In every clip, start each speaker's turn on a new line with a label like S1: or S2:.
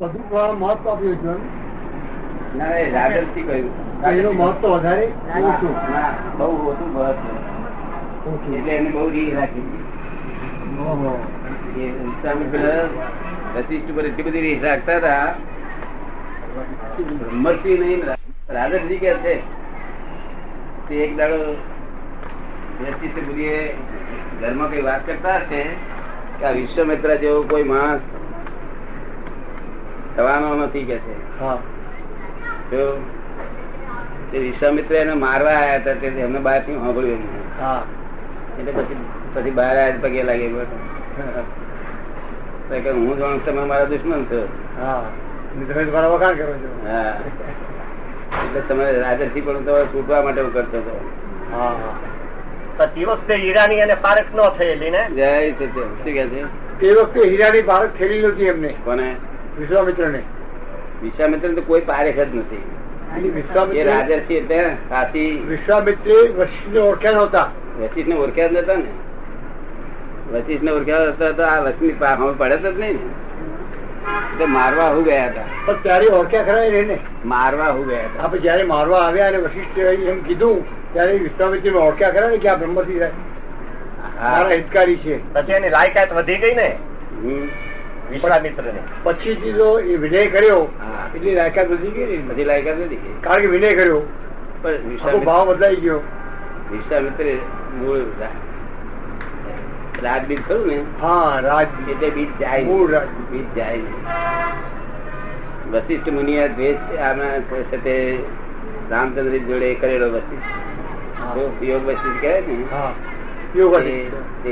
S1: બધું પણ મહત્વ આપ્યું છે
S2: ના એ રાગલથી કહ્યું
S1: તો એનું મહત્વ વધારે એવું
S2: ના,
S1: શું?
S2: ના, બહુ ઓછું મહત્વ
S1: ઓકે.
S2: એટલે એને બહુ રીહ રાખી હતી.
S1: ઓહો.
S2: એ ઉત્સાહમાં પેલા વશિષ્ઠ ઉપર એટલી બધી રીહ રાખતા હતા બ્રહ્મર્ષિ નહીં રાધરજી કે છે તે એક દાડો વશિષ્ઠ મુનિએ ઘરમાં કઈ વાત કરતા હશે કે આ વિશ્વમિત્ર જેવો કોઈ માણસ થવાનો નથી કે છે
S1: હા
S2: તો તે વિશ્વામિત્ર એને મારવા આવ્યા હતા તે એમને બહારથી સાંભળ્યું નહીં.
S1: હા
S2: એટલે પછી પછી બહાર આવ્યા તો પગે લાગે તો કે હું જાણું છું તમે મારા દુશ્મન છો
S1: હા એટલે તમે તમારા વખાણ કરો છો
S2: હા એટલે તમે રાજાથી પણ તમારે છૂટવા માટે હું કરતો હતો
S1: હા હા.
S3: તે વખતે હીરાની અને પારખ ન થયેલી ને
S2: જય છે તે શું કહે છે
S1: એ વખતે હીરાની ભારત ખેલી નહોતી એમને
S2: કોને
S1: વિશ્વામિત્ર ને
S2: વિશ્વામિત્ર તો કોઈ પારેખ જ નથી એ
S1: વિશ્વામિત્ર
S2: રાજાથી એટલે હાથી
S1: વિશ્વામિત્રે વશિષ્ઠને ઓળખ્યા નહોતા
S2: વશિષ્ઠ ને ઓળખ્યા જ નતા ને વશિષ્ઠ ને ઓળખ્યા હતા તો આ લક્ષ્મી પા હવે પડે જ નહીં ને એટલે મારવા હું ગયા હતા
S1: પણ ત્યારે ઓળખ્યા ખરા એને ને
S2: મારવા હું ગયા હતા
S1: આપણે જયારે મારવા આવ્યા અને વશિષ્ઠ એમ કીધું ત્યારે વિશ્વામિત્રને ઓળખ્યા ખરા ને કે આ બ્રહ્મથી
S2: હા.
S1: મારા હિતકારી છે
S3: પછી એની લાયકાત વધી ગઈ ને
S2: હમ.
S3: વિશ્વામિત્ર ને
S1: પછીથી જો એ વિનય કર્યો
S2: હા.
S1: એટલી લાયકાત વધી ગઈ ને
S2: બધી લાયકાત નથી ગઈ.
S1: કારણ કે વિનય કર્યો
S2: પણ
S1: આખો
S2: વિશ્વામિત્ર-
S1: ભાવ બદલાઈ ગયો
S2: વિશ્વામિત્ર મૂળ રા- રાજબીજ ખરું ને
S1: હા રાજ
S2: એટલે બીજ જાય નહીં.
S1: મૂળ રાજ.
S2: બીજ જાય નહીં. વશિષ્ઠ મુનિ આ દ્વેષ આમાં સાથે રામચંદ્ર જોડે કરેલો વશિષ્ઠ
S1: હા.
S2: યોગ- યોગ વશિષ્ઠ કહે ને
S1: હા યોગ
S2: એ-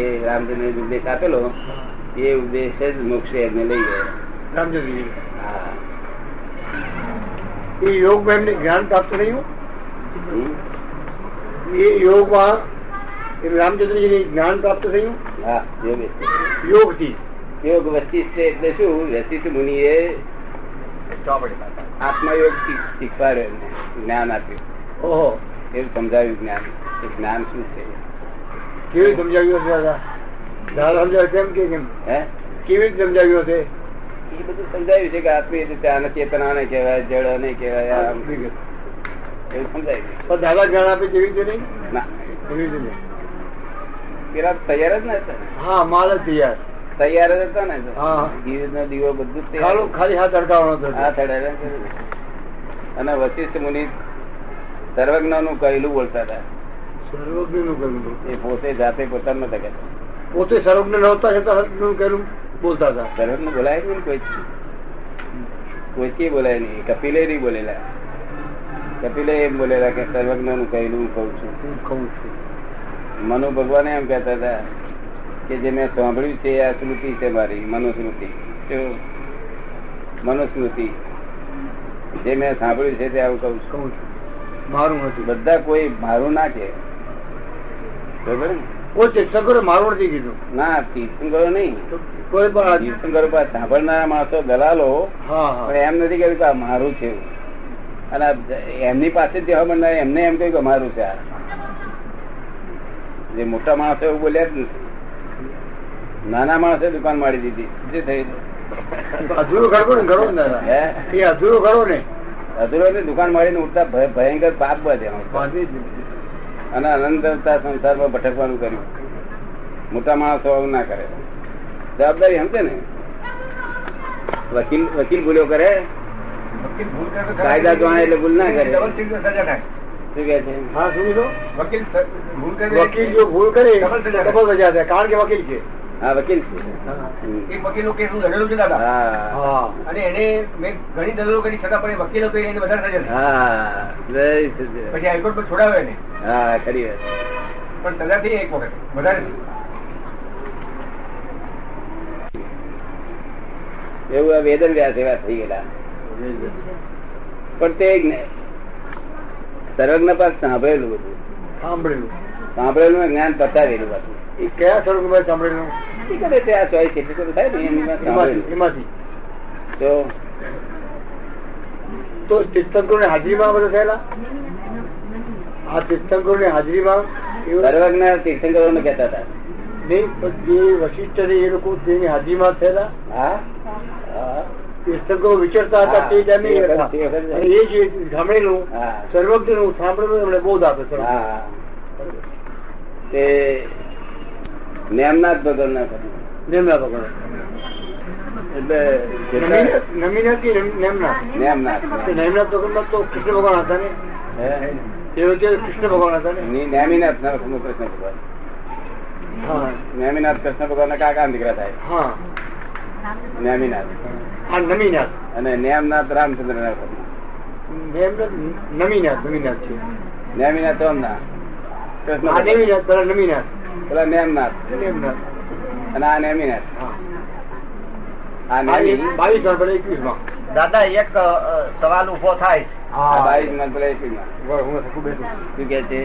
S2: એ રામચંદ્ર ઉપદેશ આપેલો
S1: हाँ।
S2: એ ઉપદેશ જ મોક્ષે એમને લઈ ગયા
S1: રામચંદ્રજી
S2: હા
S1: એ યોગમાં એમને જ્ઞાન પ્રાપ્ત થયું
S2: હમ?
S1: એ યોગમાં એમ રામચંદ્રજીને જ્ઞાન પ્રાપ્ત થયું
S2: હા યોગ વશિષ્ઠ.
S1: યોગથી
S2: યોગ વશિષ્ઠ એટલે શું વશિષ્ઠ મુનિએ આત્મયોગ શી- શીખવાડ્યો એમને. જ્ઞાન આપ્યું
S1: ઓહો
S2: એવું સમજાવ્યું જ્ઞાન કે જ્ઞાન શું છે
S1: કેવી સમજાવ્યું હશે દાદા દાદા સમજાવ્યું તેમ કે કેમ
S2: હે
S1: કેવી રીતે સમજાવ્યું હશે
S2: એ બધું સમજાવ્યું છે કે આત્મીય રીતે આને ચેતનાને કહેવાય જળને કહેવાય આમ
S1: પણ
S2: એવું સમજાવ્યું
S1: દાદા જ્ઞાન આપે તેવી રીતે નહીં
S2: ના
S1: એવી રીતે નહીં
S2: પેલા તૈયાર જ ન હતા ને.
S1: હા માલ જ તૈયાર
S2: તૈયાર જ હતા ને
S1: હા.
S2: ગીરનો દીવો બધું જ તૈયાર.
S1: ખાલી ખાલી હાથ અડકાવાનો
S2: હા,
S1: હતો
S2: તૈયાર જ હતું. અને વશિષ્ઠ મુનિ સર્વજ્ઞ નું કહેલું બોલતા હતા
S1: સર્વજ્ઞનું કહેલું.
S2: એ પોતે જાતે પોતાનું નતા કહેતા
S1: પોતે સર્વજ્ઞ નહોતા છતાં સર્વજ્ઞનું કહેલું બોલતા હતા
S2: ધર્મ બોલાય નહીં કોઈ કોઈ બોલાય નહીં કપિલે નહીં બોલેલા કપિલે એમ બોલેલા કે સર્વજ્ઞ નું કહેલું હું કહું છું
S1: હું કહું છું
S2: મનુ ભગવાન એમ કહેતા હતા કે જે મેં સાંભળ્યું છે આ સ્મૃતિ છે મારી મનુસ્મૃતિ શું? મનુસ્મૃતિ જે મેં સાંભળ્યું છે તે આવું કહું છું
S1: કહું છું મારું નથી
S2: બધા કોઈ મારું ના કે બરોબર ને?
S1: કોઈ તીર્થંકરે મારું નથી કીધું
S2: ના તીર્થંકરો નહીં
S1: તો કોઈ પણ આ-
S2: તીર્થંકરો પાસે સાંભળનારા માણસો દલાલો
S1: હા
S2: પણ
S1: હા
S2: એમ નથી કહ્યું કે આ મારું છે એવું. અને આ એમની પાસે જ જવા મળનાર એમને એમ કહ્યું કે મારું છે આ. જે મોટા માણસો એવું બોલ્યા જ નથી નાના માણસે દુકાન મારી દીધી જે થયું
S1: અધૂરું ખરો ને ખરો ને દાદા
S2: હે
S1: એ અધૂરું ખરો ને
S2: અધૂરો ને દુકાન મારીને ઉઠતા ભય- ભયંકર પાપ બધે
S1: વાંધી જ નથી.
S2: અને અનંત અવતાર સંસારમાં ભટકવાનું કર્યું મોટા માણસો આવું ના કરે જવાબદારી સમજે ને વકીલ વકીલ ભૂલો કરે
S3: વકીલ ભૂલ કરે તો
S2: કાયદા જાણે એટલે ભૂલ ના કરે.
S3: ડબલ સીટ સજા થાય
S2: શું કે છે
S1: હા શું કીધું
S3: વકીલ સ- ભૂલ કરે
S1: વકીલ જો ભૂલ કરે
S3: ડબલ સજા થાય.
S1: ડબલ સજા થાય કારણ કે વકીલ છે
S2: હા વકીલ છે હમ.
S3: એક વકીલ કેસ હું લડેલો છું દાદા
S2: હા
S1: હા
S3: અને એને મેં ઘણી દલીલો કરી છતાં પણ એ વકીલો કહી એને વધારે સજા થઈ.
S2: હા જય સચિદાન.
S3: પછી હાઈકોર્ટ પર છોડાવ્યો એને
S2: હા ખરી વાત
S3: પણ સજા થઈ એક વખત વધારે નહીં.
S2: એવું આ વેદન વ્યાસ એવા થઈ ગયેલા પણ તે જ્ઞા- સર્વજ્ઞ પાસે સાંભળેલું બધું
S1: સાંભળેલું
S2: સાંભળેલું અને જ્ઞાન પતાવેલું હતું
S1: એ કયા સ્વરૂપમાં સાંભળેલું
S2: એ કરે તે આ ચોઈસ એટલી બધું થાય ને એની પાસે
S1: એમાંથી
S2: સાંભળેલું.
S1: એમાંથી
S2: તો
S1: તો તીર્થંકરો ની હાજરીમાં બધા થયેલા આ તીર્થંકરો ની હાજરીમાં એવું
S2: સર્વજ્ઞ તીર્થંકરો ને કહેતા હતા
S1: નહીં પણ જે વશિષ્ઠ છે એ લોકો તેની હાજરીમાં થયેલા
S2: હા હા
S1: તીર્થંકરો વિચરતા હતા
S2: હા,
S1: તે જ એમની
S2: તે વખત-
S1: હતા.
S2: તે વખત જ.
S1: અને એ જે સાંભળેલું
S2: હા.
S1: સર્વજ્ઞનું સાંભળેલું એમણે બહુ જ આપે સર
S2: હા તે નેમનાથ ભગવાન ના કર્યું
S1: નિમ્ના ભગવાન
S2: એટલે જેટલા-
S1: નમી- નમીના કે નેમ- નેમના
S2: નેમનાથ
S1: તે નેમના ભગવાનમાં તો કૃષ્ણ ભગવાન હતા ને
S2: હે?
S1: તે વખતે કૃષ્ણ ભગવાન હતા ને
S2: ની- નેમિનાથ ના કૃષ્ણ ભગવાન
S1: હા
S2: નેમિનાથ કૃષ્ણ ભગવાન ના કાકા દીકરા થાય
S1: હા
S2: નેમિનાથ
S1: આ નમીનાથ
S2: અને નેમનાથ રામચંદ્ર ના કર્યું
S1: નેમનાથ નમીનાથ નમીનાથ છે
S2: નેમિનાથ ઓમના કૃષ્ણ
S1: આ
S2: ભગવાન.
S1: નમીનાથ પેલા નમીનાથ
S2: પેલા નેમનાથ
S1: નેમનાથ
S2: અને આ નેમિનાથ
S1: હા
S2: આ
S1: બાવીસ-
S2: નેમિનાથ
S1: બાવીસ નવેમ્બર એકવીસમાં
S3: દાદા એક અ, અ, સવાલ ઉભો થાય છે
S2: આ બાવીસ માં પેલા એકવીસમાં.
S1: બરાબર, હું સરખું બેસું.
S2: શું કે છે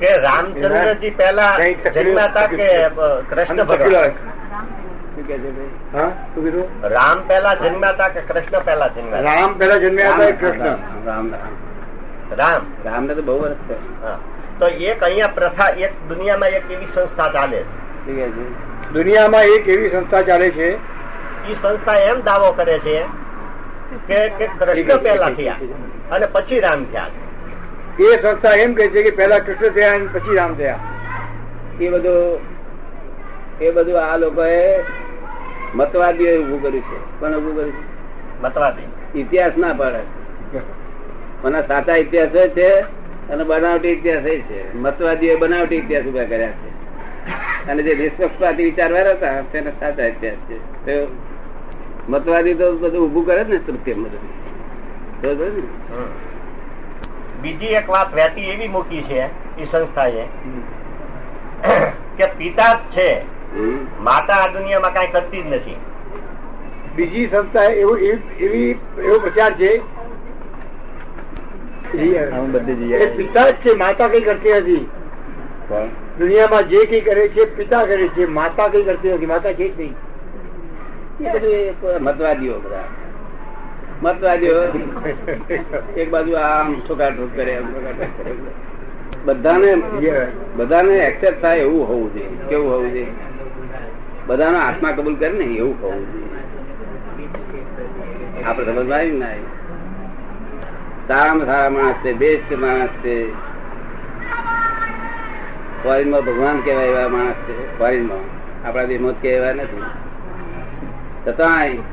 S3: કે રામચંદ્રજી પહેલા
S1: કઈ તકલીફ-
S3: જન્મ્યા હતા કે અ, કૃષ્ણ ભગવાન
S2: શું કે છે ભાઈ
S1: હા? શું કીધું?
S3: રામ પહેલા જન્મ્યા હતા કે કૃષ્ણ પહેલા જન્મ્યા હતા?
S1: રામ પહેલા જન્મ્યા હતા એ કૃષ્ણ
S2: રામ રામ રામ.
S3: રામ
S2: રામને તો બહુ વર્ષ થયા.
S3: હા. તો એક અહીંયા પ્રથા એક દુનિયામાં એક એવી સંસ્થા ચાલે છે.
S2: શું કે છે
S1: દુનિયામાં એક એવી સંસ્થા ચાલે છે
S3: ઈ સંસ્થા એમ દાવો કરે છે કે કે કૃષ્ણ પહેલા થયા અને પછી રામ થયા
S1: એ સંસ્થા એમ કહે છે કે પહેલા કૃષ્ણ થયા અને પછી રામ થયા
S2: એ બધું એ બધું આ લોકોએ મતવાદીઓ ઉભું કર્યું છે પણ ઉભું કર્યું છે
S3: મતવાદી
S2: ઇતિહાસ ના પાડે મને સાચા ઇતિહાસ એ છે અને બનાવટી ઇતિહાસ એ છે મતવાદીઓ બનાવટી ઇતિહાસ ઉભા કર્યા છે અને જે નિષ્પક્ષપાતી વિચારવાળા હતા તેને સાચા ઇતિહાસ છે તો મતવાદી તો બધું ઉભું કરે જ ને તૃપ્તિમ બધું બરોબર ને?
S3: હમ. બીજી એક વાત વહેતી એવી મૂકી છે ઈ સંસ્થાએ કે પિતા જ છે
S2: હમ.
S3: માતા આ દુનિયામાં કાંઈ કરતી જ નથી
S1: બીજી સંસ્થા એવું એવી- એવી એવો પ્રચાર છે એ પિતા જ છે માતા કઈ કરતી નથી
S2: કોણ?
S1: દુનિયામાં જે કઈ કરે છે પિતા કરે છે માતા કઈ કરતી નથી માતા છે જ નહીં
S2: એ બધું એ મતવાદીઓ બધા મતવાદીઓ એક બાજુ આમ ઠોકાઠોક કરે આમ ઠોકાઠોક કરે. બધાને
S1: Yeah.
S2: બધાને એક્સેપ્ટ થાય એવું હોવું જોઈએ કેવું હોવું જોઈએ બધાનો આત્મા કબૂલ કરે ને એવું હોવું જોઈએ આપણે સમજમાં આવ્યું ના સારામાં સારા માણસ છે બેસ્ટ માણસ છે ફોરેનમાં ભગવાન કહેવાય એવા માણસ છે ફોરેનમાં આપણા દેશમાં જ કહેવાય એવા નથી છતાંય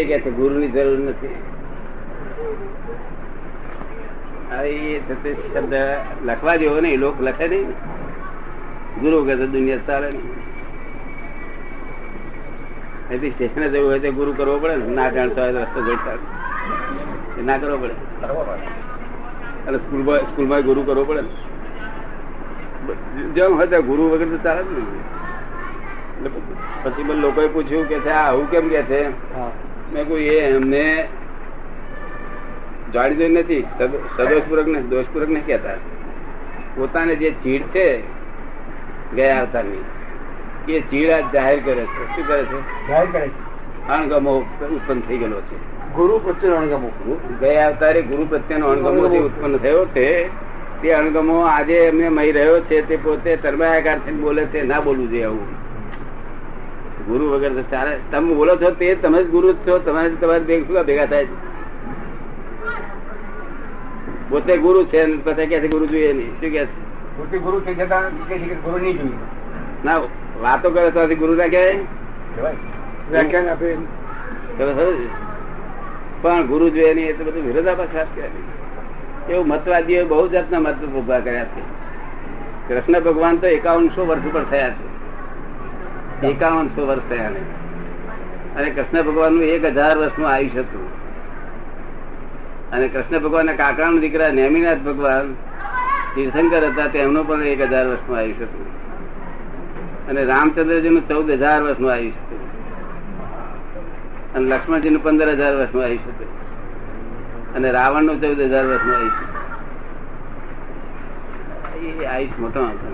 S2: એ કે છે ગુરુની જરૂર નથી હવે એ થતે શબ્દ લખવા જેવો નહીં લોક લખે નહીં ને. ગુરુ વગર તો દુનિયા ચાલે નહીં એથી સ્ટેશને જવું હોય તો ગુરુ કરવો પડે ને ના જાણતો હોય તો રસ્તો જોડતા એ ના કરવો પડે
S3: બરોબર
S2: અને સ્કૂલમાં સ્કૂલમાં ગુરુ કરવો પડે ને જેમ હોય ત્યાં ગુરુ વગર તો ચાલે જ નહીં એટલે પછી- પછી મને લોકોએ પૂછ્યું કે છે આ આવું કેમ કે છે
S1: હા.
S2: મેં કહ્યું એ એમને જાણી જોઈ નથી સદ- સદોષપૂર્વક ને દોષપૂર્વક નહીં કહેતા પોતાને જે ચીડ છે ગયા અવતારની એ ચીડ આ જાહેર કરે છે શું કરે છે
S1: જાહેર કરે છે.
S2: અણગમો ઉત્પન્ન થઈ ગયેલો છે
S1: ગુરુ પ્રત્યે અણગમો
S2: ગુ- ગયા અવતારે ગુરુ પ્રત્યેનો અણગમો જે ઉત્પન્ન થયો છે તે અણગમો આજે એમને મહી રહ્યો છે તે પોતે તરમાયાકાર થઈને બોલે છે ના બોલવું જોઈએ આવું ગુરુ વગર તો ચાલે તમે બોલો છો તે તમે જ ગુરુ જ છો તમારે તમારે બે શું કામ ભેગા થાય છે પોતે ગુરુ છે અને પછી કે છે ગુરુ જોઈએ નહીં શું કે છે
S3: પૂરતી ગુરુ થઈ જતા ગુરુ નહીં જોઈએ
S2: ના વાતો કરે તો આથી ગુરુ ના કહેવાય
S1: વ્યાખ્યાન આપે એમ.
S2: તમે સમજો છો? પણ ગુરુ જોઈએ નહીં એ તો બધું વિરોધાભાસ કરે એવું મતવાદીઓ બહુ જાતના મત ઉભા કર્યા છે કૃષ્ણ ભગવાન તો એકાવનસો વર્ષ ઉપર થયા છે એકાવનસો વર્ષ થયા ને અને કૃષ્ણ ભગવાનનું એક હજાર વર્ષનું આયુષ હતું અને કૃષ્ણ ભગવાનના કાકાના દીકરા નેમિનાથ ભગવાન તીર્થંકર હતા તેમનું પણ એક હજાર વર્ષનું આયુષ હતું અને રામચંદ્રજીનું ચૌદ હજાર વર્ષનું આયુષ હતું અને લક્ષ્મણજીનું પંદર હજાર વર્ષનું આયુષ્ય હતું અને રાવણનું ચૌદ હજાર વર્ષનું આયુષ્ય હતું. એ આયુષ મોટો હતો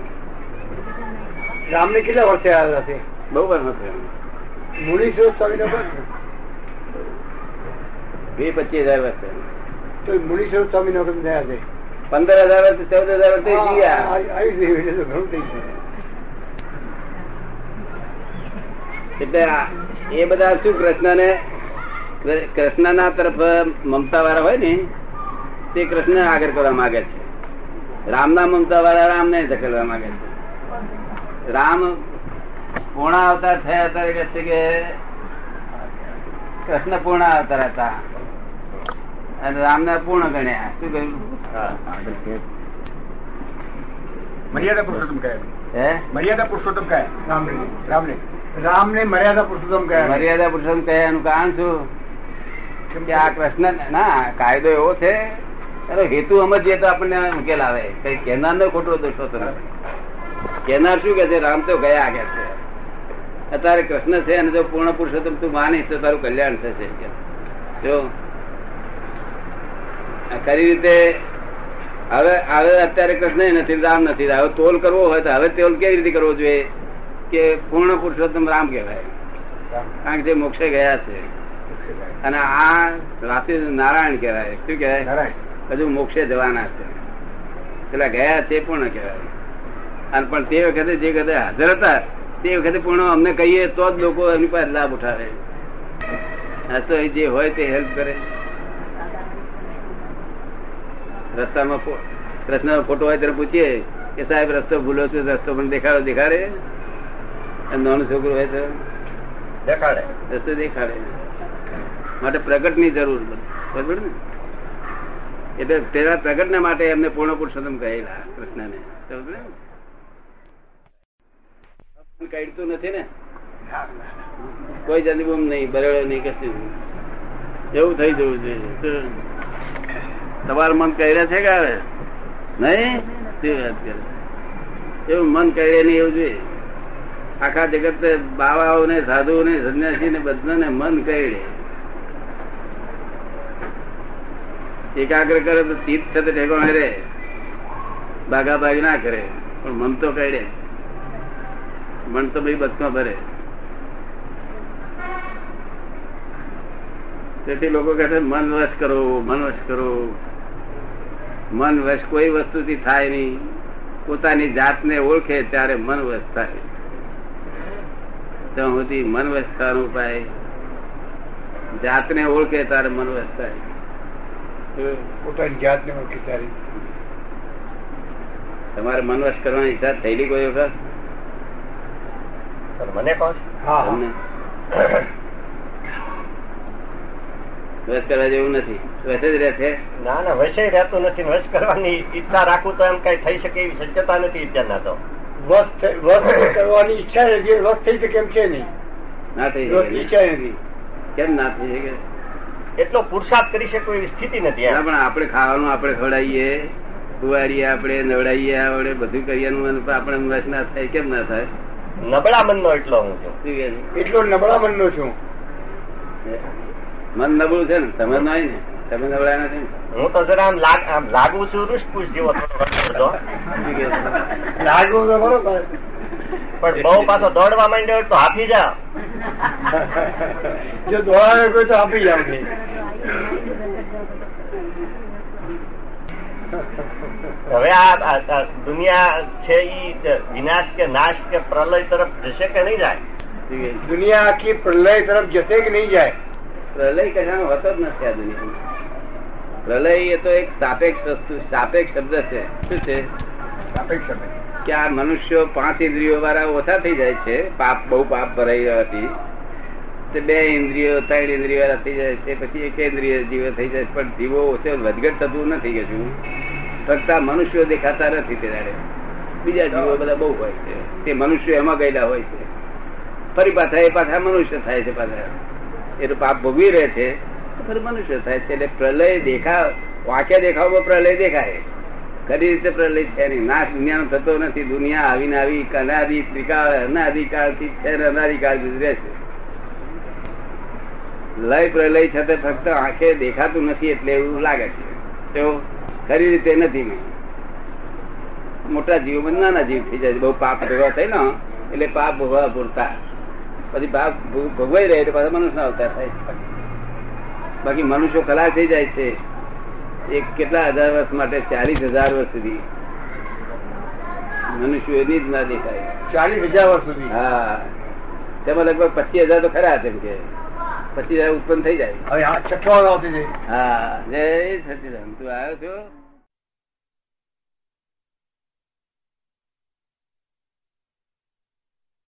S1: રામને કેટલા વર્ષે આવ્યા છે
S2: બહુ વર્ષ હતો એમ
S1: મુનીશ્વર સ્વામીનો પણ
S2: વીસ પચીસ હજાર વર્ષ થયા.
S1: તો એ મુનીશ્વર સ્વામીનો પણ થયા છે
S2: પંદર હજાર વર્ષ ચૌદ હજાર વર્ષ થઈ
S1: આ-
S2: ગયા
S1: આ- આવી જ રીતે તો ઘણું થઈ ગયું.
S2: એટલે આ એ બધા શું કૃષ્ણને કૃષ્ણના તરફ મમતા વાળા હોય ને તે કૃષ્ણને આગળ કરવા માંગે છે રામના મમતા વાળા રામને ધકેલવા માંગે છે રામ પૂર્ણા અવતાર થયા ત્યારે કહે છે કે કૃષ્ણ પૂર્ણા અવતાર હતા અને રામને પૂર્ણ ગણ્યા શું કહ્યું
S1: મર્યાદા પુરુષોત્તમ કહેવાય
S2: હે
S1: મર્યાદા પુરુષોત્તમ કહેવાય રામને રામને રામને મર્યાદા પુરુષોત્તમ કહેવાય
S2: મર્યાદા પુરુષોત્તમ કહે એનું કારણ શું
S1: કેમ
S2: કે આ કૃષ્ણ ના કાયદો એવો છે એનો હેતુ સમજીએ તો આપણને ઉકેલ આવે કઈ કહેનાર નો ખોટો દોષ હોતો નથી કહેનાર શું કે છે રામ તો ગયા આગળ છે અત્યારે કૃષ્ણ છે અને જો પૂર્ણ પુરુષોત્તમ તું માનીશ તો તારું કલ્યાણ થશે કે. જો આ ખરી રીતે હવે હવે અત્યારે કૃષ્ણ નથી રામ નથી હવે તોલ કરવો હોય તો હવે તોલ કેવી રીતે કરવો જોઈએ કે પૂર્ણ પુરુષોત્તમ રામ કહેવાય કારણ કે જે મોક્ષે ગયા છે અને આ રાતે નારાયણ કહેવાય શું કહેવાય
S1: નારાયણ
S2: હજુ મોક્ષે જવાના છે પેલા ગયા તે પૂર્ણ કહેવાય અને પણ તે વખતે જે વખતે હાજર હતા તે વખતે પૂર્ણ અમને કહીએ તો જ લોકો એમની પાસે લાભ ઉઠાવે આ તો એ જે હોય તે હેલ્પ કરે રસ્તામાં ફો- કૃષ્ણ ખોટો હોય ત્યારે પૂછીએ કે સાહેબ રસ્તો ભૂલો છું રસ્તો પણ દેખાડો દેખાડે અને નાનું છોકરું હોય તો
S3: દેખાડે
S2: રસ્તો દેખાડે માટે પ્રગટની જરૂર પડે. બરાબર ને એટલે તેના પ્રગટના માટે એમને પૂર્ણ પુરુષોત્તમ કહેલા કૃષ્ણને સમજ ને કઈડતું નથી ને કોઈ જાતિ બૂમ નહીં બરડો નહીં કશું નહીં. એવું થઈ જવું જોઈએ તો તમારું મન કહી છે કે હવે નહીં શું વાત કરે એવું મન કહી નહીં એવું જોઈએ આખા જગત બાવાઓ ને સાધુઓ ને સંન્યાસી ને બધાને મન કહેડે એકાગ્ર કરે તો ચિત્ત છે તો ટેકો રે ભાગા ભાગ ના કરે પણ મન તો કહેડે મન તો ભાઈ બસમાં ભરે તેથી લોકો કહે છે મન વશ કરો મન વશ કરો મન વશ કોઈ વસ્તુથી થાય નહીં પોતાની જાતને ઓળખે ત્યારે મન વશ થાય ત્યાં સુધી મન વસ્તાનો ઉપાય જાતને ઓળખે તારે મન વસ્તાય
S1: પોતાની જાતને મૂકી તારી
S2: તમારે મન વસ્ત કરવાની ઈચ્છા થયેલી કોઈ વખત
S3: પણ મને કહો છો?
S1: હા
S2: તમને વસ કરવા જેવું નથી વસ જ રહે છે
S3: ના ના વૈસે રહેતું નથી ને વશ કરવાની ઈચ્છા રાખું તો એમ કઈ થઈ શકે એવી શક્યતા નથી અત્યારના તો
S1: વસ થઈ- વસ કરવાની ઈચ્છા નથી વસ થઈ તો કેમ છે નહીં
S2: ના થઈ શકે
S1: વસ
S2: ને?
S1: ઈચ્છા નથી
S2: કેમ ના થઈ શકે
S3: એટલો પુરુષાર્થ કરી શકું એવી સ્થિતિ નથી
S2: ના
S3: એમ.
S2: પણ આપણે ખાવાનું આપણે ખવડાવીએ ખુવાડીએ આપણે નવડાવીએ આપણે બધું કરીએ અને આપણે વસ ના થાય કેમ ના થાય
S3: નબળા મનનો એટલો હું છું
S2: શું કહે છે?
S1: એટલો નબળા મનનો છું
S2: મન નબળું છે ને તમે નહીં ને તમે નબળા નથી ને
S3: હું તો જરા આમ લાગ આમ લાગુ છું રૂષપુષ જેવો થોડો વર્તો હતો.
S2: શું કહે છે?
S1: લાગવું તો બરોબર
S3: પણ બહુ પાછો દોડવા માંડ્યો એટલે હાફી જા
S1: જો દોડાવે કોઈ તો આપી જાવ નહીં
S3: હવે આ આ- આ દુનિયા છે ઈ વિનાશ કે નાશ કે પ્રલય તરફ જશે કે નહીં જાય
S2: શું કહે છે?
S1: દુનિયા આખી પ્રલય તરફ જશે કે નહીં જાય
S2: પ્રલય કશાનો હોતો જ નથી આ દુનિયામાં પ્રલય એ તો એક સાપેક્ષ વસ્તુ સાપેક્ષ શબ્દ છે શું છે
S1: સાપેક્ષ
S2: કે આ મનુષ્યો પાંચ ઇન્દ્રિયો વાળા ઓછા થઈ જાય છે પાપ બહુ પાપ ભરાઈ જવાથી તે બે ઇન્દ્રિયો ત્રણ ઇન્દ્રિયો વાળા થઈ જાય છે પછી એક ઇન્દ્રિય જીવો થઈ જાય છે. પણ જીવો ઓછો વધઘટ થતું નથી કશું ફક્ત આ મનુષ્યો દેખાતા નથી તે દાડે બીજા જીવો બધા બહુ હોય છે તે મનુષ્યો એમાં ગયેલા હોય છે ફરી પાછા એ પાછા મનુષ્ય થાય છે પાછા એ તો પાપ ભોગવી રહે છે તો ફરી મનુષ્ય થાય છે એટલે પ્રલય દેખાવ વાક્ય દેખાવમાં પ્રલય દેખાય ખરી રીતે પ્રલય છે નહીં નાશ દુનિયાનો થતો નથી દુનિયા આવીને આવી અનાદિ ત્રિકાળ અનાદિકાળથી છે ને અનાદિકાળ સુધી રહેશે લય પ્રલય છતાં ફક્ત આંખે દેખાતું નથી એટલે એવું લાગે છે તો ખરી રીતે નથી ને મોટા જીવ માં નાના જીવ થઈ જાય છે. બહુ પાપ ભેગા થઈ ને એટલે પાપ ભોગવા પૂરતા પછી પાપ ભોગ- ભોગવાઈ રહે એટલે પાછા મનુષ્ય અવતાર થાય છે. બાકી મનુષ્યો ખલાસ થઈ જાય છે એ કેટલા હજાર વર્ષ માટે ચાલીસ હજાર વર્ષ સુધી મનુષ્યો એની જ ના દેખાય
S1: ચાલીસ હજાર વર્ષ સુધી
S2: હા તેમાં લગભગ પચીસ હજાર તો ખરા છે એમ કે પચીસ હજાર ઉત્પન્ન થઈ જાય
S1: હવે આ છઠ્ઠો આવતી જઈ
S2: 아, 네, હા જય સચિદાન તું આવ્યો છો